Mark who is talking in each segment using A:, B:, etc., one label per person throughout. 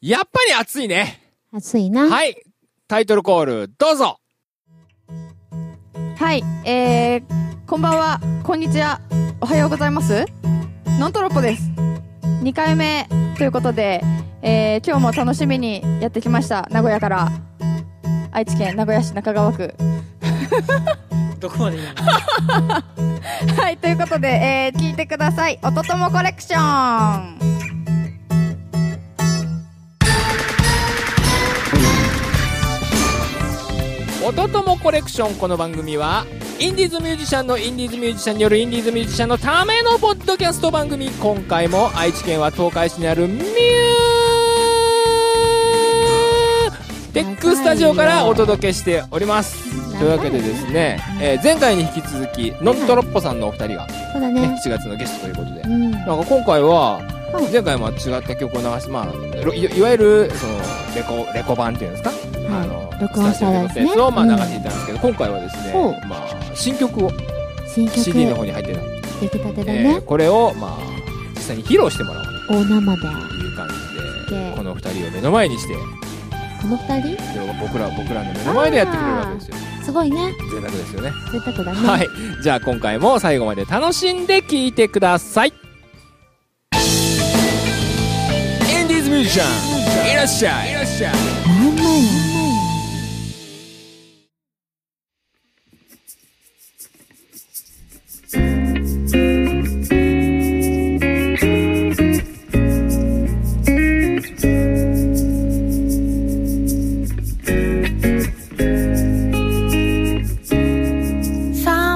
A: やっぱり暑いね。
B: 暑いな。はい。
A: はい。タイトルコール、どうぞ。
C: えー、こんばんは、こんにちは、おはようございます。ノントロッコです。2回目ということで、えー、今日も楽しみにやってきました。名古屋から。愛知県名古屋市中川区。
D: どこまでいいの
C: はい、ということで、えー、聞いてください。おとともコレクション。
A: おとともコレクションこの番組はインディーズミュージシャンのインディーズミュージシャンによるインディーズミュージシャンのためのポッドキャスト番組今回も愛知県は東海市にあるミューテックスタジオからお届けしております
B: 長いね
A: というわけでですね、えー前回に引き続きノットロッポさんのお二人が、ね
B: そうだね。
A: 7月のゲストということで
B: うん。
A: なんか今回は
B: うん
A: 前回も違った曲を流して、まあ、ろいいわゆるそのレコレコ版っていうんですか、あの
B: 録音したや
A: スタジオで録音し
B: つね
A: たやつをまあ
B: うん
A: 流していたんですけど、今回はですね
B: そう、
A: まあ、新曲を
B: 新曲、
A: CD の方に入ってた、
B: 出来たてだ
A: えー
B: ね。
A: これを、まあ、実際に披露してもらおう
B: 大生で。
A: という感じ
B: で
A: でこの二人を目の前にして
B: この二人
A: それを僕ら僕らの目の前でやってくれるわけですよ
B: すごいね。
A: 贅沢ですよね、
B: 贅沢だ ね。
A: はいじゃあ今回も最後まで楽しんで聴いてくださいインディーズミュージシャンいらっしゃいいらっしゃい
B: なんなんや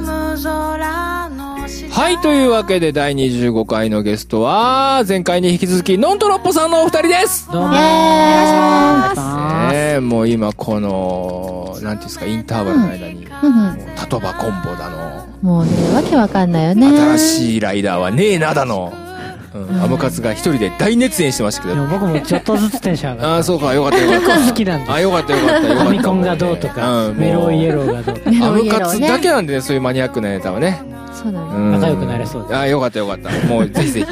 A: はい、というわけで第25回のゲストは、前回に引き続き、ノントロッポさんのお二人です
D: どうも
B: イエ
A: ねえ、もう今この、なんていうんですか、インターバルの間に、も
B: ーイうん
A: うタトバコンボだの、
B: うん。もうね、わけわかんないよね。
A: 新
B: い。
A: しいライダーはねえなだの、うん、アムカツが一人で大熱演してましたけ
D: で
A: ど、
D: も僕もちょっとずつテンション上が
A: ああ、そうか、よかったよかっ
D: る好きなんで
A: た。あ、よかったよか ったよかった。
D: ファミコンがどうとか、
A: うんもう
D: メロイエローがどうとか
B: メ
A: ア
B: ロ
A: ム
B: イエロ
A: カ
B: ー
A: ツ
B: ね。
A: だけなんでね、そういうマニアックなネタはね。
B: そうなの。
A: うん
D: 仲良くなれそうです
A: あよかったよかったもうぜひぜ ひ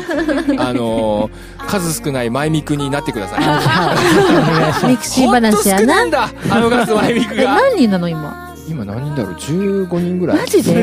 A: あのー数少ないマイミクになってください
B: ミクシー話やな。
A: ほんと少ないんだあのガスマイミク
B: え、
A: が
B: 何人なの今。
A: 今何人だろう15人ぐらい
B: マジで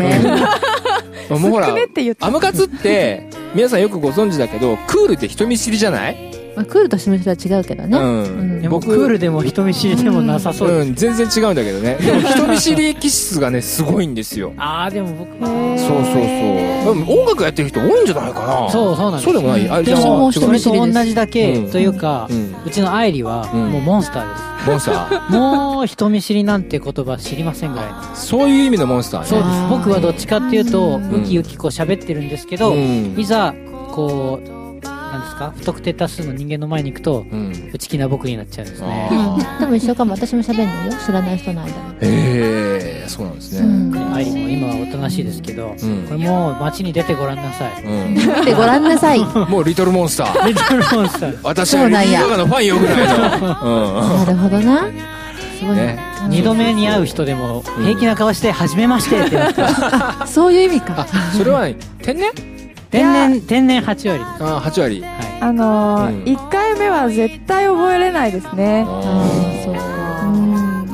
A: もうほら
C: 少ねって言っちゃ
A: ア
C: う
A: ムカツって皆さんよくご存知だけどクールって人見知りじゃない
B: まあ、クールとしての人は違うけどね。
A: うん
D: でも
A: 僕
D: クールでも人見知りでもなさそう
A: う
D: です、
A: ん全然違うんだけどねでも人見知り気質がねすごいんですよ
D: ああでも僕も
A: そうそうそうでも音楽やってる人多いんじゃないかな
D: そうそうなんです
A: そうでもないあ
D: で
A: じゃあ
D: も
A: 違
B: 人
A: う
D: そ
B: 見
D: れ
B: 知り
D: と
B: です
D: 同じだけ
A: うん
D: というか、
A: う
D: うんちの愛梨は
A: うん
D: もうモンスターで
A: モンスター
D: す、もう人見知りなんて言葉知りませんぐらいの
A: そういう意味のモンスターね
D: そうで
B: あ
D: す
B: ー
D: 僕はどっちかっていうと、
B: うん
D: ウキウキこう喋ってるんですけど、
A: うん
D: いざこうなんですか不特定多数の人間の前に行くと
A: うん
D: 内気な僕になっちゃうんで
B: う
D: すね
A: あ
B: ん。多分一緒かも。私も喋んないよ。知らない人の間に。
A: ええそうなんです
B: う
A: ね。
B: ん。
D: 愛理も今はおとなしいですけど、
A: うん
D: これもう街に出てごらんなさい
A: うん。
B: で、ご覧なさい。な
A: もうリトルモンスター。
D: リトルモンスター
A: 私は
B: そう
A: リ
B: なん
A: トル
B: や
A: モンスターのファンよぐらいの。
B: るほどな。すごい
A: ね
B: な。うん
D: 二度目に会う人でも平気な顔して「初めまして」ってなってます
B: そういう意味か
A: あ。、それは何天然
D: 天然天然8割で
A: あ、8割。
D: すはい
C: あの
A: うん
C: ー、一1回目は絶対覚えれないですね。
B: あーそう
A: か。
B: うん。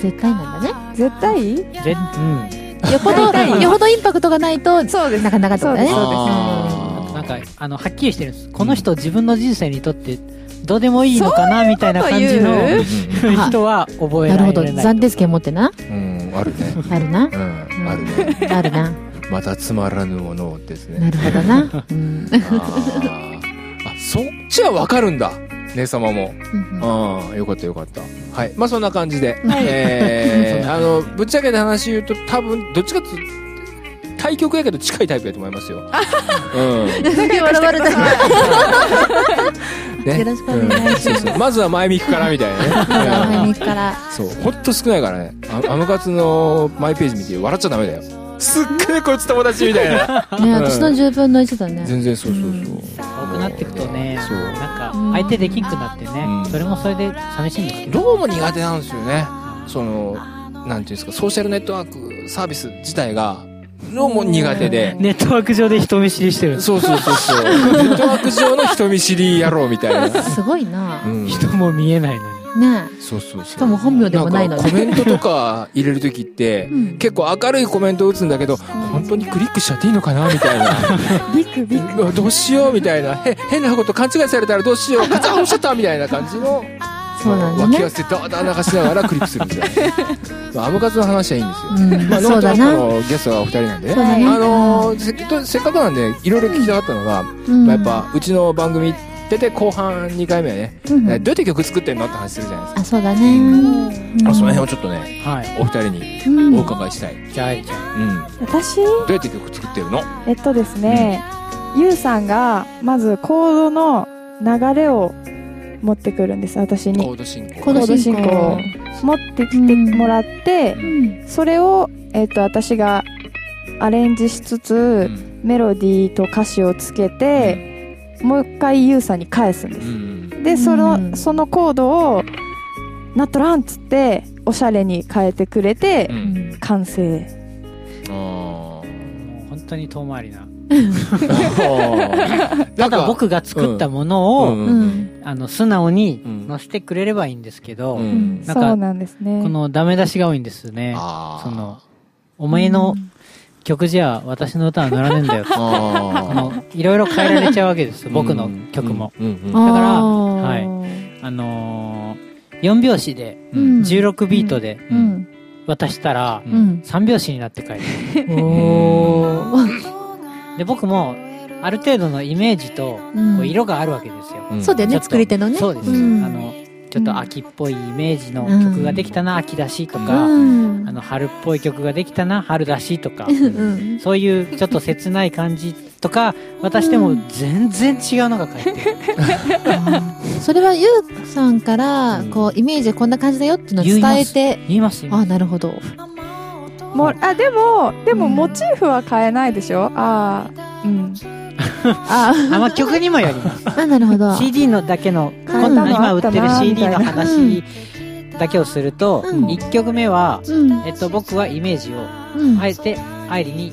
B: 絶対なんだね。
C: 絶対
D: ぜうん
B: よほ
C: 対
B: ど、よほどインパクトがないと、
C: そうです
B: な かなかってことだね。
C: そうです
A: あ
D: なんかあのはっきりしてるんですこの人自分の人生にとってどうでもいいのかなみたいな感じ
C: そういう
D: の
C: こ
A: ー
B: 言う
D: 人は覚え
B: なる
D: ら
B: ほ
D: れ
B: ど。
D: ない
B: 暫定権持ってな。
A: うん、うんあるね。
B: あるな
A: う。ん、あるね。
B: あるな。
A: またつまらぬものをです
B: な
A: ね。
B: るほどな。うん。
A: あーあ、そっちはわかるんだ。姉様も。
B: うん
A: ああ、よかったよかった。はい。まあそんな感じで。 えー、あの、ぶっちゃけた話言うと多分、どっちかっていうと、対局やけど近いタイプやと思いますよ。うん。
B: 笑われた。
A: ね。
B: よろしくお願いします
A: うんそうそうまずは前向きからみたいな ね。うん
B: 右から。
A: そう。ほんと少ないからね。あアムカツのマイページ見て笑っちゃダメだよ。すっげえこいつ友達みたい な。
B: ね、私の10分の1だね。
A: 全然そうそうそう。
D: 多くなっていくとね
A: そう。
D: なんか相手できんくなってね
A: うん
D: それもそれで寂しいんですけど
A: どうも苦手なんですよね。その、なんていうんですか、ソーシャルネットワークサービス自体が、のも苦手で。
D: ネットワーク上で人見知りしてるんです
A: そうそうそうそう。ネットワーク上の人見知り野郎みたいな。
B: すごいな
A: う。ん、
D: 人も見えないのに。
B: ね
A: そうそうそう。し
B: しかも本名でもないのに
A: コメントとか入れるときって、
B: うん
A: 結構明るいコメントを打つんだけど、本当にクリックしちゃっていいのかなみたいな。
B: え。ビクビク。
A: うわどうしようみたいな。へ変なこと勘違いされたらどうしよう。カチャン押しちゃったみたいな感じの。
B: そうなんだ
A: 脇
B: ね。
A: 汗ダーダー流しながらクリックするみたいな。まあアムカツの話はいいんですよ。
B: うん
A: まあ、。ノ
B: そ
A: ート
B: うだ
A: ラッ
B: な。
A: ク
B: そう
A: のゲストがお二人なんでね。
B: だね。
A: あのーせっとせっかくなんでいろいろ聞きたかったのが、
B: うん
A: まあ、やっぱうちの番組出て後半2回目はね、
B: うん
A: えどうやって曲作ってんのって話するじゃないです
B: あ、そうだね。
A: か、
B: うん
A: その辺をちょっとね
D: はい。
A: お二人に
B: うん
A: お伺いしたい、うん
D: じゃあ、愛ちゃん。
C: 私
A: どうやって曲作ってるの
C: えっとですね、ゆうさんがまずコードの流れを持ってくるんです私
A: コ
C: に
A: ード進行
B: コード進
C: コード
B: 行。
C: 持ってきてもらって
B: うん
C: それを、えっと私がアレンジしつ
A: う
C: つ
A: ん
C: メロディーと歌詞をつけてもう一回ゆうさんに返すんで
A: う
C: す
A: ん
C: でそうの
B: ん
C: そのコードをなっとらんっつっておしゃれに変えてくれて
A: う
B: うんん
C: 完成
A: あ
D: もう本当に遠回りな。
A: ー
D: ただ僕が作ったも
A: う
D: のを、
A: ん
B: うん。
D: あの、素直に
A: うん
D: 載せてくれればいいんですけど、
A: う
D: こ
A: ん
D: なんか
C: そうなんですね
D: のダメ出しが多いんですね。
A: あー
D: その、お前の曲じゃ私の歌は乗らねえん だよ。 あ
A: あ
D: の、いろいろ変えられちゃうわけです。
A: ー
D: 僕の曲も。
A: うんうんうん
B: だ
D: から
B: はい。
D: あのー、4拍子で、
A: うん
D: 16ビートで
B: うん。
D: 渡したら、
A: う
B: うん。
D: 3拍子になって帰る。
B: おー。
D: で、僕も、ある程度のイメージと、
B: うん
D: こう色があるわけですよ。
A: うん
B: そうだよ
D: ちょ
B: ね、
D: っと
B: 作り手のね。
D: そうです。
B: ん
D: あの、ちょっと秋っぽいイメージの曲ができたな、秋だしとか、
B: うん
D: あの、春っぽい曲ができたな、春だしとか、
B: うん
D: そういうちょっと切ない感じとか、渡しても全然違うのが書いてる。
B: それはゆうさんから
A: うん、
B: こう、イメージでこんな感じだよっていうのを伝えて、
D: 言います、言いま
B: あ、
D: す
B: なるほど。
C: もうあでもでもモチーフは変えないでしょああうん あ
D: あまあ、曲にもよります。
B: あ、なるほど。
D: CD のだけの、
B: うん
D: こんな今売ってる
C: あったな
D: CD の
C: み
D: 話だけをすると、
B: うん
D: 1曲目は、
B: うん。
D: えっと、僕はイメージを、
B: うん。
D: あえて、愛理に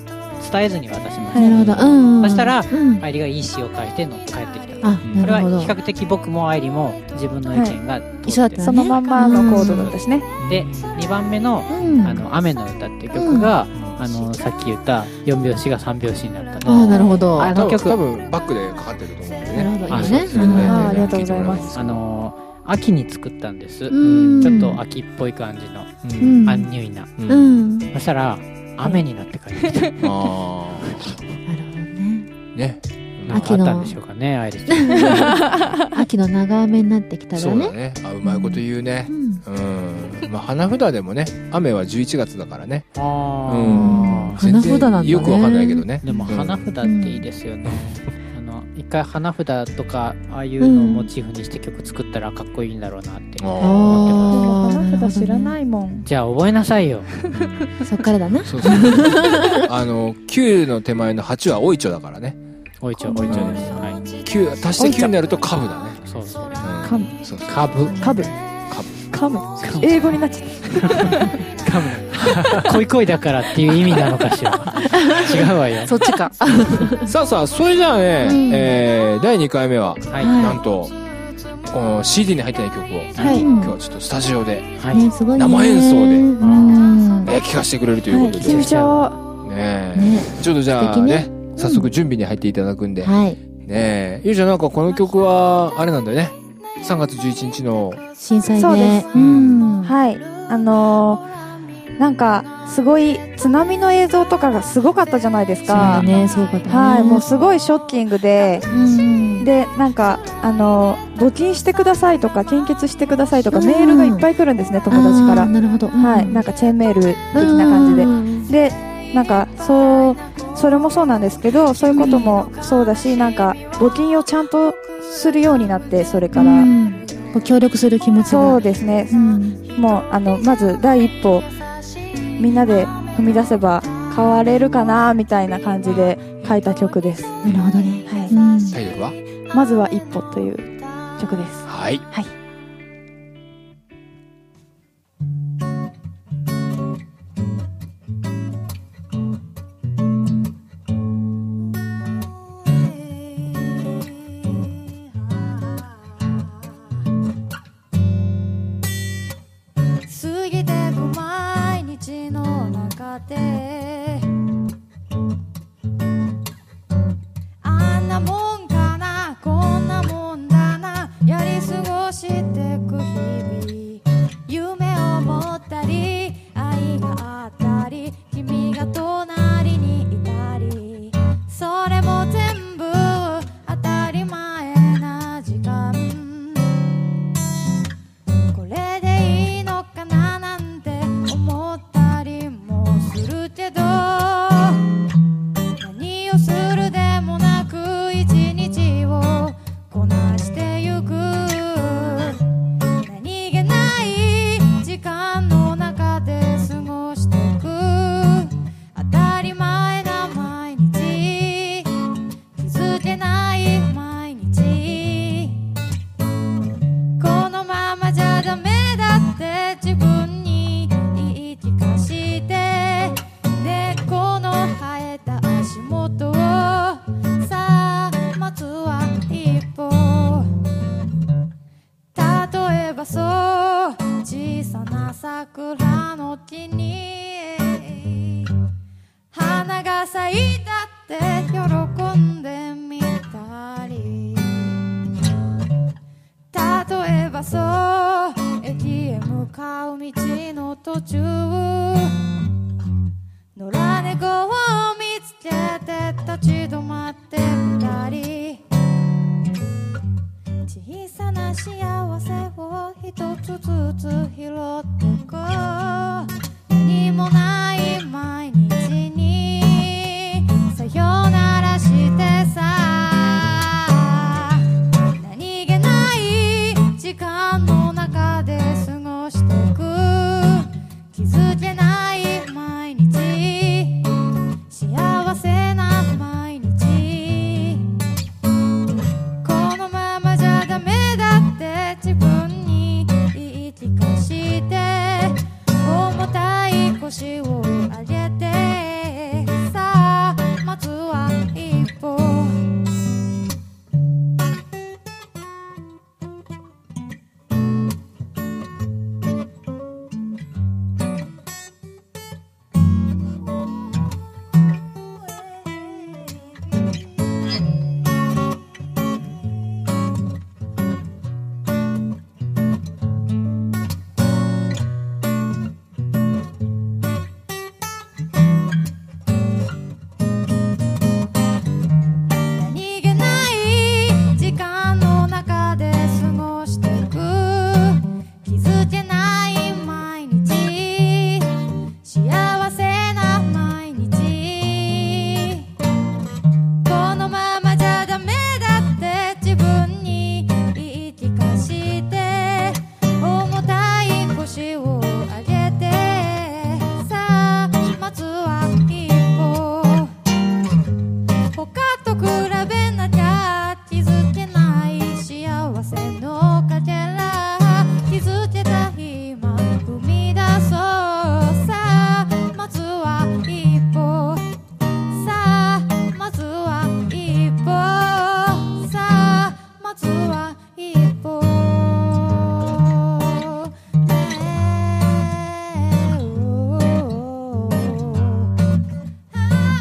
D: 伝えずに渡します。
B: なるほど。うんうん。
D: そしたら
B: うん。
D: 愛理がいい詩を書いての帰ってきた。
B: あ、
D: これ
B: な
D: は
B: るほど
D: 比。較的僕も愛理も自分の意見が通
B: 一緒だ
D: っ
B: ってた
D: る
B: ね
C: そのまんまのコードだったしね
D: で、2番目の、
B: うん。
D: あの、雨の歌っていう曲が、あの、さっき言った4拍子が3拍子になったの。
B: あ、なるほど。
D: あ
B: な
D: の曲
A: 多分多分バックでかかってると思うんでね
B: るほど、
D: あ
B: 今
D: そう
B: ね
D: で。す
B: う
D: ね
B: ん
C: あーありがとうございます
D: あの、秋に作ったんです。
B: うん
D: ちょっと秋っぽい感じの、
A: う
B: うんん
D: アンニュイな。
A: う
B: うんん。なる
D: そしたら、雨になって帰ってきた。
A: あ
B: ほどね。
A: ーね
D: なんかあったんでしょうかね、アイリスちゃん。
B: 秋の長雨になってきた
A: そ
B: ら
A: うだ
B: ね。
A: ねあうまいこと言うね
B: うん。
A: うんまあ花札でもね雨は11月だからね
D: あ
B: 花札なん
A: 全
B: だね
A: 然よくわかんないけどね
D: ーでも
A: うん
D: 花札っていいですよね。あの、一回花札とか、ああいうのをモチーフにして曲作ったらかっこいいんだろうなって。
A: あ
B: あー
C: 花札知
B: な
C: ら
B: る
C: ないもん
D: じゃあ覚えなさいよ。
B: ほどねそっからだな
A: ー。そうそうあの9の手前の8はおいちょだからね
D: おいちょ、おいちょです。はい。
A: 9足して9になるとカブだね
D: そうそう。
A: カ
C: カブ
A: そうそう
D: カブ。
C: カブ
A: カブ
C: カム英語になっちゃっ
D: カブ。恋恋だからっていう意味なのかしら。違うわよ。
B: そっち か。
A: さあさあそれじゃあね
B: うん
A: えー第2回目は
D: は
B: は
D: い。
A: なんとこの CD に入ってない曲を
C: たはい
A: 今日はちょっとスタジオで
D: は
B: ね、
D: い。
B: すごいね。
A: 生演奏で
B: うん。ね
A: えー聴かせてくれるということで
C: 緊張
A: ねえちょっとじゃあ
B: 素敵
A: ね
B: ね
A: 早速準備に入っていただくんで、
B: はい。
A: ねえゆうちゃんなんかこの曲はあれなんだよね3月11日の
B: 震災
C: そうで。
B: ですうん。
C: はいあのーなんかすごい津波の映像とかがすごかったじゃないです
B: そうだ
C: か
B: ね、そうだね。
C: はいもうすごいショッキングで
B: うん。
C: でなんかあのー募金してくださいとか献血してくださいとかメールがいっぱい来るんですね友達か
B: あー
C: ら
B: なるほど。
C: はいなん
B: か、
C: かチェーンメール的な感じで
B: うん
C: でなんかそうそれもそうなんですけどそういうこともそうだしなんか募金をちゃんとするようになってそれから、
B: うんこう協力する気持ちが。
C: そうですね
B: うん。
C: もうあのまず第一歩みんなで踏み出せば変われるかなみたいな感じで書いた曲です、は
B: なるほどね。う
C: い
B: ん。
A: タイトルは
C: まずは一歩という曲です
A: はい
C: はい
E: 「
C: ってあんなもんかなこんなもんだなやり過ごしてく日々夢を持ったり愛があったり君が隣にいたりそれも全部当たり前な時間これでいいのかななんて思ったりもするけど何をするでもなく一日をこなしてゆく何気ない時間の中で過ごしてく当たり前な毎日気づけない毎日このままじゃダメだって自分に言い聞かして猫の生えた足元をさあまずは一歩例えばそう小さな桜の木に花が咲いたって喜んでみたり例えばそう駅へ向かう道の途中野良猫を見つけて立ち止まってみたり小さな幸せを一つずつ拾ってこう何もない毎日にさよならしてさ何気ない時間の中で過ごしてく気づけない毎日幸せな毎日このままじゃダメだって自分に言い聞かして重たい腰を上げてさあまずは一歩何気ない時間の中で過ごしてく気づけない毎日幸せな毎日このままじゃダメだって自分に言い聞かして重たい腰を上げてさあまずは一歩他と比べなきゃ気づけない幸せのかけら気づけた今踏み出そうさあまずは一歩さあまずは一歩さあまずは一歩ねえおー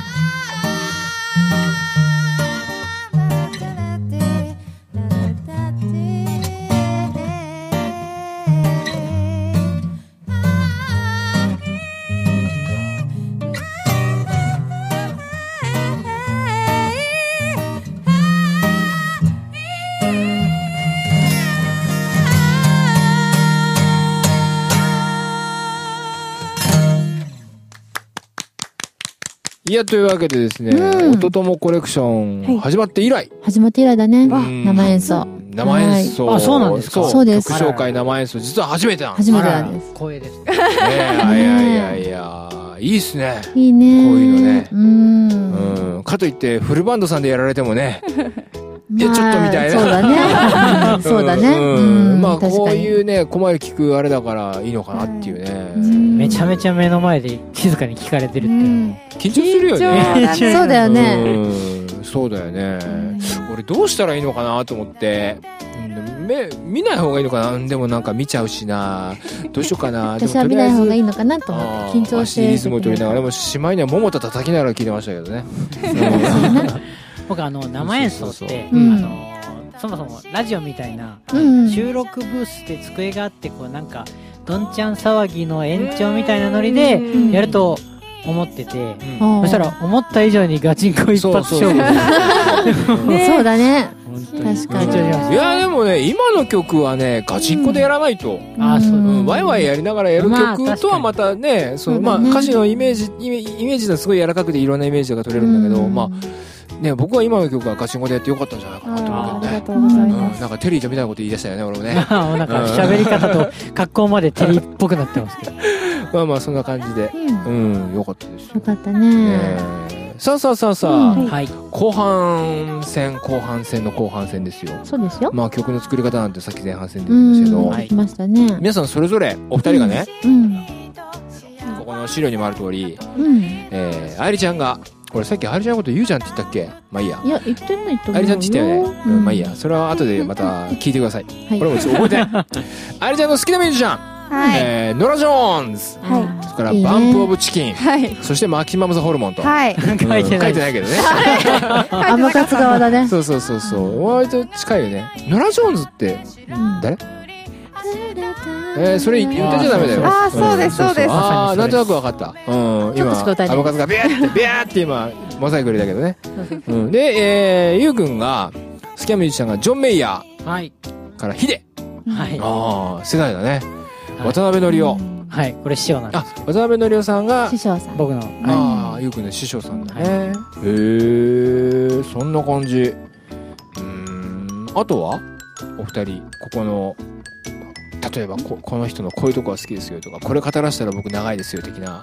A: いや、というわけでですね、
B: うん
A: 音ともコレクショ
B: は
A: ン
B: い
A: 始まって以来、
B: 始まって以来だね。
A: うん
B: 生演奏。
A: 生演奏。
D: はいあそうなんですか
B: そうです
A: 曲紹介生演奏、実は初めてなんです
B: 初めてなんです。
D: 光栄です。
A: ね。いやいやいやいや、いいっすね。
B: いいね。
A: こういうのね
B: うん。
A: うん。かといって、フルバンドさんでやられてもね、いや
B: まあ
A: ちょっとみたいな
B: そう だね。そうだね。
A: うん
B: うん。
A: まあ、こういううね、細い聞くあれだからいいのかなっていうね。
B: め
D: めちゃめちゃ目の前で静かに聞かれてるっていうのも。
A: 緊張するよね。
F: 緊張だね
B: そうだよね。
A: うんそうだよね。俺どうしたらいいのかなと思って、うん目見ない方がいいのかなうんでもなんか見ちゃうしなどうしようかなでも
B: 私は見ない方がい
A: い
B: いのかなと思って緊張して
A: リズムを取りながらでもしまいには桃田叩きながら聞いてましたけどねうん
D: 僕あの生演
A: そ
D: 奏っ
A: うそう
D: て
B: そううん
D: あのそもそもラジオみたいな
B: うんうん
D: 収録ブースで机があってこうなんかどんちゃん騒ぎの延長みたいなノリで
B: ん
D: やると思ってて
A: うん
D: そしたら思った以上にガチンコ一
A: そう
D: 発
A: そうそう
D: 勝負
B: ねそうだね
D: 本当に
B: 確か
D: 緊張し
B: に
D: ま
A: いやでもね今の曲はねガチンコでやらないと、
D: すああそううん
A: ワイワイやりながらやる
D: まあ
A: 曲とはまたね、そのまあ、
B: そうだね
A: 歌詞のイメージイメイメージがすごい柔らかくていろんなイメージが取れるんだけど、まあね僕は今の曲はガチンコでやってよかったんじゃないかなと思う
B: あ
A: けど
B: りが
A: ね、
B: とうございま
A: う
B: す
A: ん、なんかテリーちゃんみたいなこと言い出したよね俺 も ね
D: まあなんか喋り方と格好までテリーっぽくなってますけど
A: まあまあそんな感じで
B: うんよ
A: うんよかったですよ、
B: かった
A: ね
B: ね
A: えさあさあさあさあ、
B: うん
D: はい
A: 後半戦後半戦の後半戦ですよ
B: そうですよ
A: まあ曲の作り方なんてさっき前半戦で
B: う
A: 言いまし
B: ん
A: たけど、
D: はい
B: できましたね
A: 皆さんそれぞれお二人がね、
B: うん
A: ここの資料にもある通り
B: うん
A: えー、愛理ちゃんが、これさっき愛理ちゃんのこと言うじゃんって言ったっけまあいいや
B: い。や言ってないと思うよ
A: 愛理ちゃんって言ったよね。うん、まあいい
B: は
A: や。それは後でまた聞いてください。
B: い
A: これもちょっと覚えて ない。愛理ちゃんの好きなミュージシャン、
C: はい
A: えー、ノラ・ジョーンズ。そ
B: はい
A: れから、
B: いいね
A: バンプ・オブ・チキン。
C: はい
A: そして、マキシマム・ザ・ホルモンと。
C: はい
D: 書いて
A: うん
D: ない
A: 書いてないけどね。
B: あ甘勝側 だね
A: そうそうそうそう。割と近いよね。ノラ・ジョーンズって、
B: うん
A: 誰えー、それ言ってちゃダメだよ。
C: あーそうですそうです
A: ああ、なんとなくわかった。うん、
B: ちょっ
A: 今、
B: としか歌えな
A: ア
B: い
A: ボカツがビャーって、ビャーって今、モザイク入れたけどね。うん、で、えー、ゆうくんが、好きなミュージシャンがジョン・メイヤ
D: はい
A: ーからヒデ。
D: はい
A: ああ、世代だね。
D: はい
A: 渡辺則夫。
D: はいこれ師匠なんです
A: あ、渡辺則夫さんが
B: 師、匠さん
D: 僕の
A: ああ、ゆうくんの師匠さんだね。へえ、そんな感じ。うーん、あとはお二人、ここの、例えばこ、この人のこういうとこが好きですよとか、これ語らせたら僕長いですよ的な。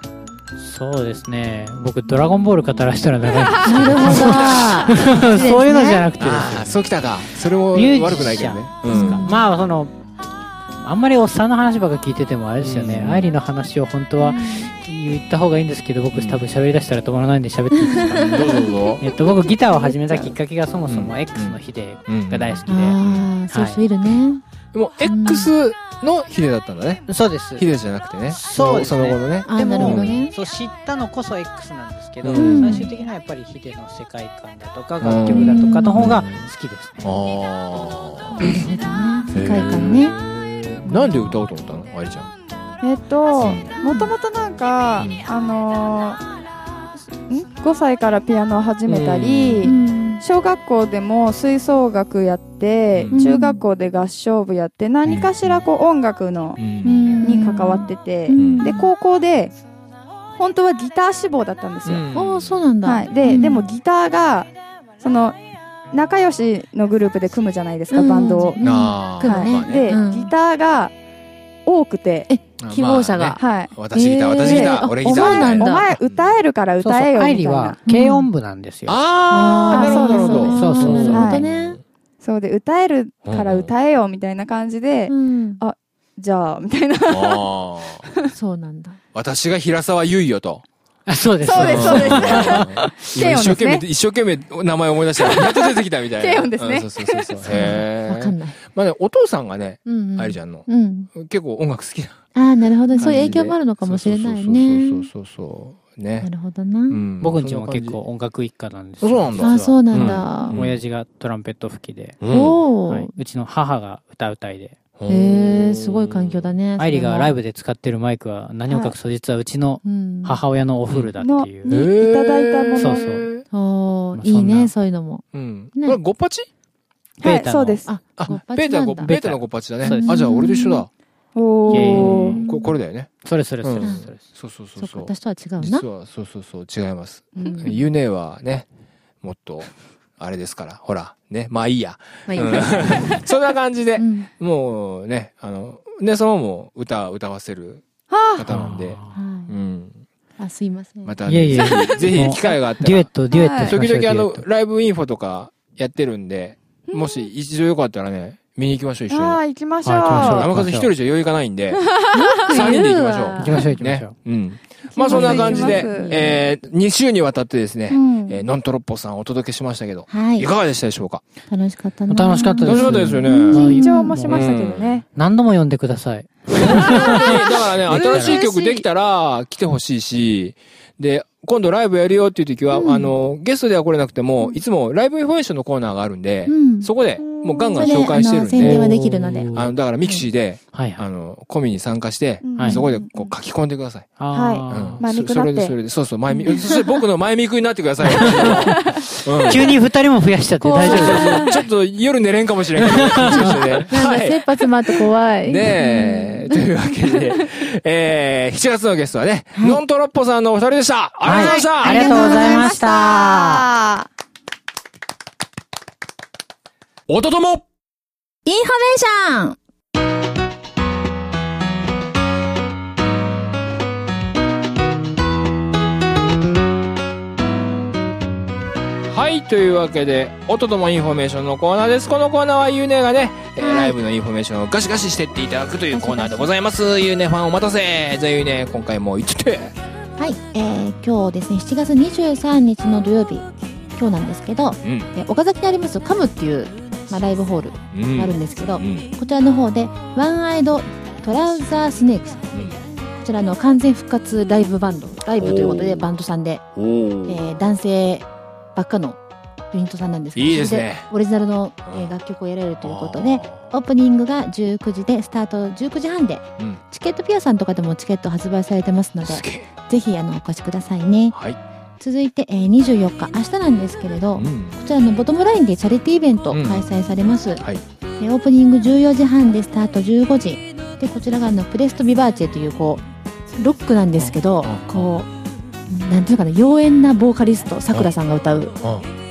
D: そうですね僕ドラゴンボール語らしたら 長いんで
B: なるほど
D: すそういうのじゃなくてですね
A: ああ、 そうきたか。それも
D: ミュージシャン
A: 悪くないけどね。うん
D: まあそのあんまりおっさんの話ばっか聞いててもあれですよね、
A: うん
D: 愛理の話を本当は言った方がいいんですけど僕多分喋り出したら止まらないんで喋っていいで すか、
A: どうぞどう ぞ。
D: えっと、僕ギターを始めたきっかけがそもそうも
A: ん
D: X の日で
A: うん
D: が大好きで、
B: ああそういう人いるね
A: でも、X のヒデだったんだね。
D: そうです
A: ヒデじゃなくてね。
D: そうです
A: そ
D: ね
A: のその後のね。
B: あーなるほどね
D: そう知ったのこそ X なんですけど、
A: うん
D: 最終的にはやっぱりヒデの世界観だとか楽曲だとかの方が好きですね、
A: あ
B: なるほどね世界観ね
A: あ。なんで歌おうと思ったのありちゃん。
C: えっともともとなんかあのーん5歳からピアノを始めたり、
B: うん
C: 小学校でも吹奏楽やって、
A: うん
C: 中学校で合唱部やって何かしらこう音楽の
A: うん。
C: に関わってて、
A: ん
C: で高校で本当はギター志望だったんですよ、
B: ああそうなんだ
C: はい、で、
B: うん
C: でもギターがその仲良しのグループで組むじゃないですか、
B: うん
C: バンドを、
B: うん
A: あー
B: 組む
C: は
B: ね
C: い、で、
B: うん
C: ギターが多くて
B: 希望者が
C: はい
A: 私ギター、
B: えー
A: 私ギター、
B: あ
A: 俺ギター。
B: お前なんだ
C: お前歌えるから
D: そうそう
C: 歌えよみた
D: 愛
C: い
D: 理
C: な
D: は軽音部なんですよ、
A: ああ、なるほど、なるほど。
D: そうそう
B: な
D: そ
B: る
D: う
B: ほどね
C: そうで歌えるから歌えよみたいな感じで、
B: うん
C: じゃあみたいな
A: あー
B: そうなんだ
A: 私が平沢優よと。
D: あそうです
C: そうですそうです
A: す今一生懸命、一生懸命名前思い出 したら、やっと出てきたみたいな。
C: ケイオンですね
A: うんそうそうそうそう。へ
B: わか
A: え。
B: んない
A: まあね、お父さんがね、
B: うんうん
A: ありちゃんの、
B: うん
A: 結構音楽好きな
B: ああなるほどそういう
A: 感じで
B: 影響もあるのかもしれない
A: そう
B: ね
A: そうそうそうそう
B: な
A: ね、
B: るほどな
A: うん
D: 僕んちも結構音楽一家なんです
A: そ
D: よ
A: んな感じ
B: ああそ
A: そう
B: う
A: な
B: なんん
A: だ
B: だ
A: うん
D: 親父がトランペット吹きで、
A: う
B: お
D: はい
B: お、
D: うちの母が歌うたいで
A: うん
B: へえすごい環境だね
D: 愛理がライ
B: ブ
D: ブで使ってるマイクは何を隠そう実はうちの
B: うんあ
D: 母親のおフルだっていう、
C: うんなにいただいたもの
D: そうそ
B: あ
D: まあ
B: いい
D: そん
B: ね
D: な
B: そういうのも
A: うん
B: ね
A: これゴッパチ
D: ベ
C: は
D: ー
C: い
D: タの
C: そうです
B: あ
A: あ
B: ゴッパ
A: ベ
B: チ
A: ータ
B: なん
A: ゴ
B: だ
A: ベータのゴッパチだ
D: そ
A: ね
D: うです
A: あじゃあ俺と一緒だ
C: お
D: イ
C: お
D: ェイ
A: ここれだよね
D: それそれ
A: う
D: それ
A: ん
D: それ
A: そうそうそ
B: そううか
A: そう
B: 私とは違うな
A: 実はそうそうそう違います
B: うん
A: ゆねはねもっとあれですからほらねまあいいや
B: まあいい
A: うん
B: ね
A: そんな感じで
B: うん
A: もうねあのねそのもう歌歌わせる方なんでう
B: は
A: ん
B: いあすいません
A: ま
B: は
A: た
D: いやい
A: ね
D: やいや
A: ぜひ機会があった
D: デュエッ
A: ら
D: トデュエットしま
A: 時
D: しょう
A: 々あの
D: デュエット
A: ライブインフォとかやってるんでもし一度よかったらね見に行きましょう一緒に
C: ああ行きましょう、
D: はい行きましょう
A: 山数一人じゃ余裕がないんで3人で行きましょう
D: 行きましょう行きましょ
A: ね、
D: う
A: うん。まあそんな感じで、えー、2週にわたってです
B: う
A: ね、
B: ん
A: えー、ノントロッポさんをお届けしましたけど、
B: はいい
A: か。がでしたでしょうか
B: 楽しかったな。
D: 楽しかったです。
A: 楽しかったですよね
D: うん
C: 緊張もしましたけどね。
D: 何度も読んでください。
A: だからね、新しい曲できたら来てほしいし、で、今度ライブやるよっていう時は、あの、ゲストでは来れなくても、いつもライブインフォーションのコーナーがあるんで、
B: うん
A: そこでもうガンガン
B: それ
A: 紹介してるん
B: あの宣伝
A: で、
B: はできるので
A: あの、だからミキシーで、
D: はいは
A: あ
D: い。
A: の、コミに参加して、
D: はい
A: そこでこう書き込んでください。
D: あ
C: 前ミク
A: そそれ
C: なっ
A: で、
C: て
A: それで、そうそう、前ミク、そして僕の前ミクになってください。う
D: ー
A: ん
D: 急に二人も増やしちゃって大丈夫です。
A: ちょっと夜寝れんかもしれんけど、
B: なん
A: は
B: か
A: い
B: 切。羽詰まって怖い。
A: ねえ、というわけで、えー、7月のゲストはね、ノントロッポさんのお二人でしたありがとうございました、
D: はいありがとうございました。
A: おととも
G: インフォメーション
A: はい、というわけで、おとともインフォメーションのコーナーです。このコーナーはゆうねがね、えーライブのインフォメーションをガシガシしてっていただくというコーナーでございます。ゆうねファンお待たせじゃあゆうね、今回も行っちゃって
B: はい、えー、今日ですね7月23日の土曜日今日なんですけど、
A: うん
B: えー岡崎にありますカムっていう、まあ、ライブホール
A: う
B: があるんですけど、こちらの方でワンアイドトラウザースネークスこちらの完全復活ライブバンドライブということ
A: お
B: で
A: ー
B: バンドさんで、
A: おお
B: えー男性ばっかのユニットさんなんですけど
A: いいですね
B: それオリジナルの、えー
A: うん
B: 楽曲をやられるということでオープニングが19時でスタート19時半で、
A: うん
B: チケットピアさんとかでもチケット発売されてますのです
A: げえ。
B: ぜひあのお越しくださいね。
A: はい。
B: 続いて、えー、24日明日なんですけれど、
A: う
B: こ
A: ん。
B: ちらのボトムラインでチャリティーイベント
A: うん
B: 開催されます。
A: はい。
B: えーオープニング14時半でスタート15時でこちらがあのプレストビバーチェというこうロックなんですけ
A: う
B: ど、
A: ん
B: こうなんていうのかな妖艶なボーカリストさくらさんが歌う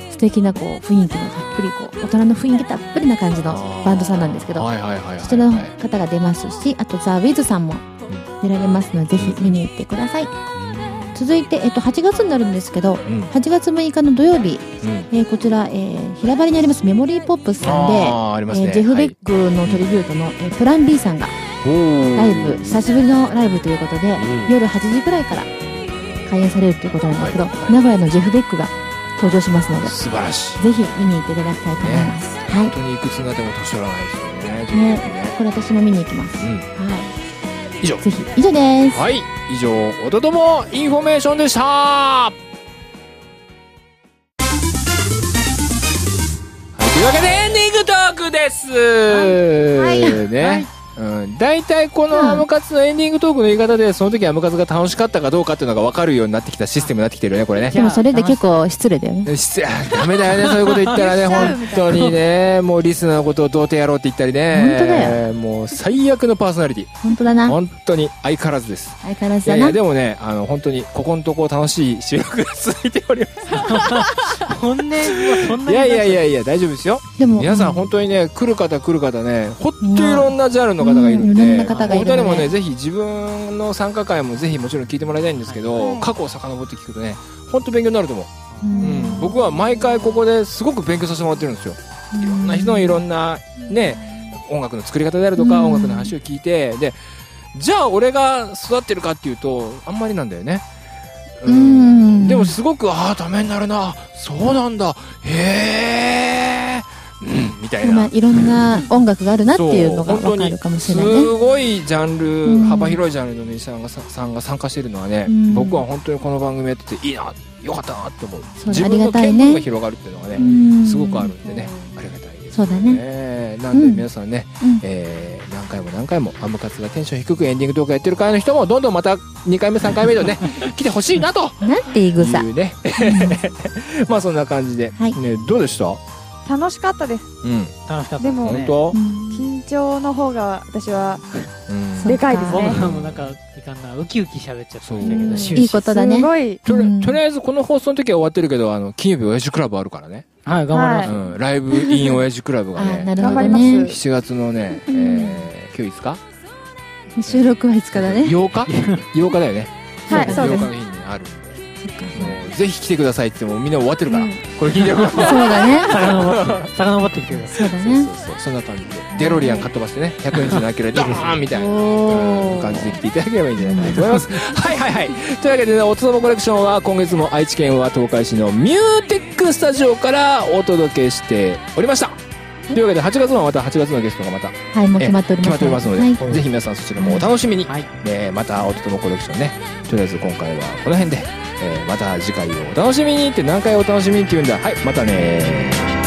B: 素敵なこう雰囲気のたっぷりこう大人の雰囲気たっぷりな感じのバンドさんなんですけど
A: はいはいはいはい。
B: そちらの方が出ますしあとザ・ウィズさんも出られますので、ぜひ見に行ってください続いて、えっと、8月になるんですけど
A: うん。
B: 8月6日の土曜日、
A: うん。
B: えーこちら、えー平張りにありますメモリーポップスさんで、
A: あーあります
B: え
A: ね。
B: ージェフ・ベックのトリビュートの、えープラン B さんがラ
A: ラ
B: イブ久しぶりのライブということで、
A: うん
B: 夜8時くらいから開演されるということなんですけど、
A: はい
B: 名古屋のジェフ・ベックが登場しますので
A: 素晴らしい。
B: ぜひ見に行っていただきたいと思います、
A: 本
B: は
A: 当にいくつになっても年取らないです
B: い
A: よね。
B: ねこれ私も見に行きます、
A: うん。
B: は
A: 以上
B: い、。ぜひ以上です、
A: はい。以上、おとともインフォメーションでした。はい。というわけでエンディングトークです。はい。ね。うん、大体このアムカツのエンディングトークの言い方でその時アムカツが楽しかったかどうかっていうのが分かるようになってきたシステムになってきてるよねこれね
B: でもそれで結構失礼だよね
A: 失礼 ダメだよねそういうこと言ったらね本当にねもうリスナーのことを童貞やろうって言ったりね
B: 本当だ
A: よもう最悪のパーソナリティ
B: 本当だな
A: 本当に相変わらずです
B: 相変わら
A: い
B: ず
A: や
B: だ
A: い
B: な
A: やでもねあの本当にここのとこ楽しい収録が続いておりま
D: 本音はそんな
A: すいやいやいやいや大丈夫ですよ
B: でも
A: 皆さん本当にね来る方来る方ねほんといろんなジャンルの方がいるん
B: うんいろ
A: で
B: んな方がい
A: お
B: る
A: 二
B: ので
A: 人もねぜひ自分の参加会もぜひもちろん聞いてもらいたいんですけど過去を遡って聞くとね本当勉強になると思ううん、僕は毎回ここですごく勉強させてもらってるんですよ。いろんな人のいろんなね音楽の作り方であるとか、
B: うん
A: 音楽の話を聞いてでじゃあ俺が育ってるかっていうとあんまりなんだよね。う
B: うん
A: でもすごくああためになるなそうなんだへえ、うん、みたい
B: まあ
A: な。
B: いろんな音楽があるなっていうのが
A: そう
B: 分
A: 本当
B: か
A: に
B: るかもし
A: す
B: れないね
A: ごいジャンル、
B: うん
A: 幅広いジャンルのミュージシャンがささんが参加してるのはね、
B: うん
A: 僕は本当にこの番組やってていいなよかったなって思う
B: そう
A: 自
B: あり
A: 分の
B: がたい
A: 見
B: ね
A: 聞が広がるっていうのがね、
B: うん
A: すごくあるんでね、ありがたいです、
B: そうだね
A: なんで
B: うん
A: 皆さんね、
B: うん
A: えー何回も何回もアムカツがテンション低くエンディング動画やってる会の人もどんどんまた2回目3回目と ね来てほしいなと
B: なんていい
A: い
B: ぐさ
A: うね まあそんな感じで、
B: はい
A: ねどうでした？
C: 楽しかったです。
A: うん
D: 楽しかった
C: でも
A: 本当？
C: 緊張の方が私は
A: うん
B: そう
C: でかいです
D: 僕
C: ね。
D: らもなんかいかんなウキウキ喋っちゃったんだけ
A: そう
D: ど終始
B: いいことだね
C: すごい。
A: と
B: うん
A: りとりあえずこの放送の時は終わってるけどあの金曜日親父クラブあるからね、
D: はい頑張りま
C: はい
D: す
A: うん、ライブイン親父クラブが
B: あな
A: ね
B: るほ
C: 頑張
B: ど
C: ります
B: ね
A: 7月のね、えー、今日いつか
B: 収 録はいつかだね
A: 8日 ?8 日だよね
C: はい、そ
A: 8
C: うで
A: 日
C: す
A: の。日にあるんで
B: そっか
A: もうぜひ来てくださいって言ってもみんな終わってるから、
B: うん
A: これ聞いてるから
B: そうだね。
D: 遡って遡ってきてください
B: そうだ
A: そうそ。
B: ね
A: うそうそんな感じでデロリアンかっ飛ばしてね127キロでドーンみたいな
B: おー
A: 感じで来ていただければいいんじゃないかなと思いますはいはいはいというわけでね「おつとぼコレクション」は今月も愛知県は東海市のミューテックスタジオからお届けしておりましたというわけで8月もまた8月のゲストがまた
B: はい、もう決まっており
A: 決
B: ま
A: まっ
B: す。
A: ておりますので、
B: はい。
A: ぜひ皆さんそちらもお楽しみに、
D: はい
A: えーまた「おとともコレクションね」とりあえず今回はこの辺で、えーまた次回をお楽しみにって何回お楽しみにって言うんだはいまたねー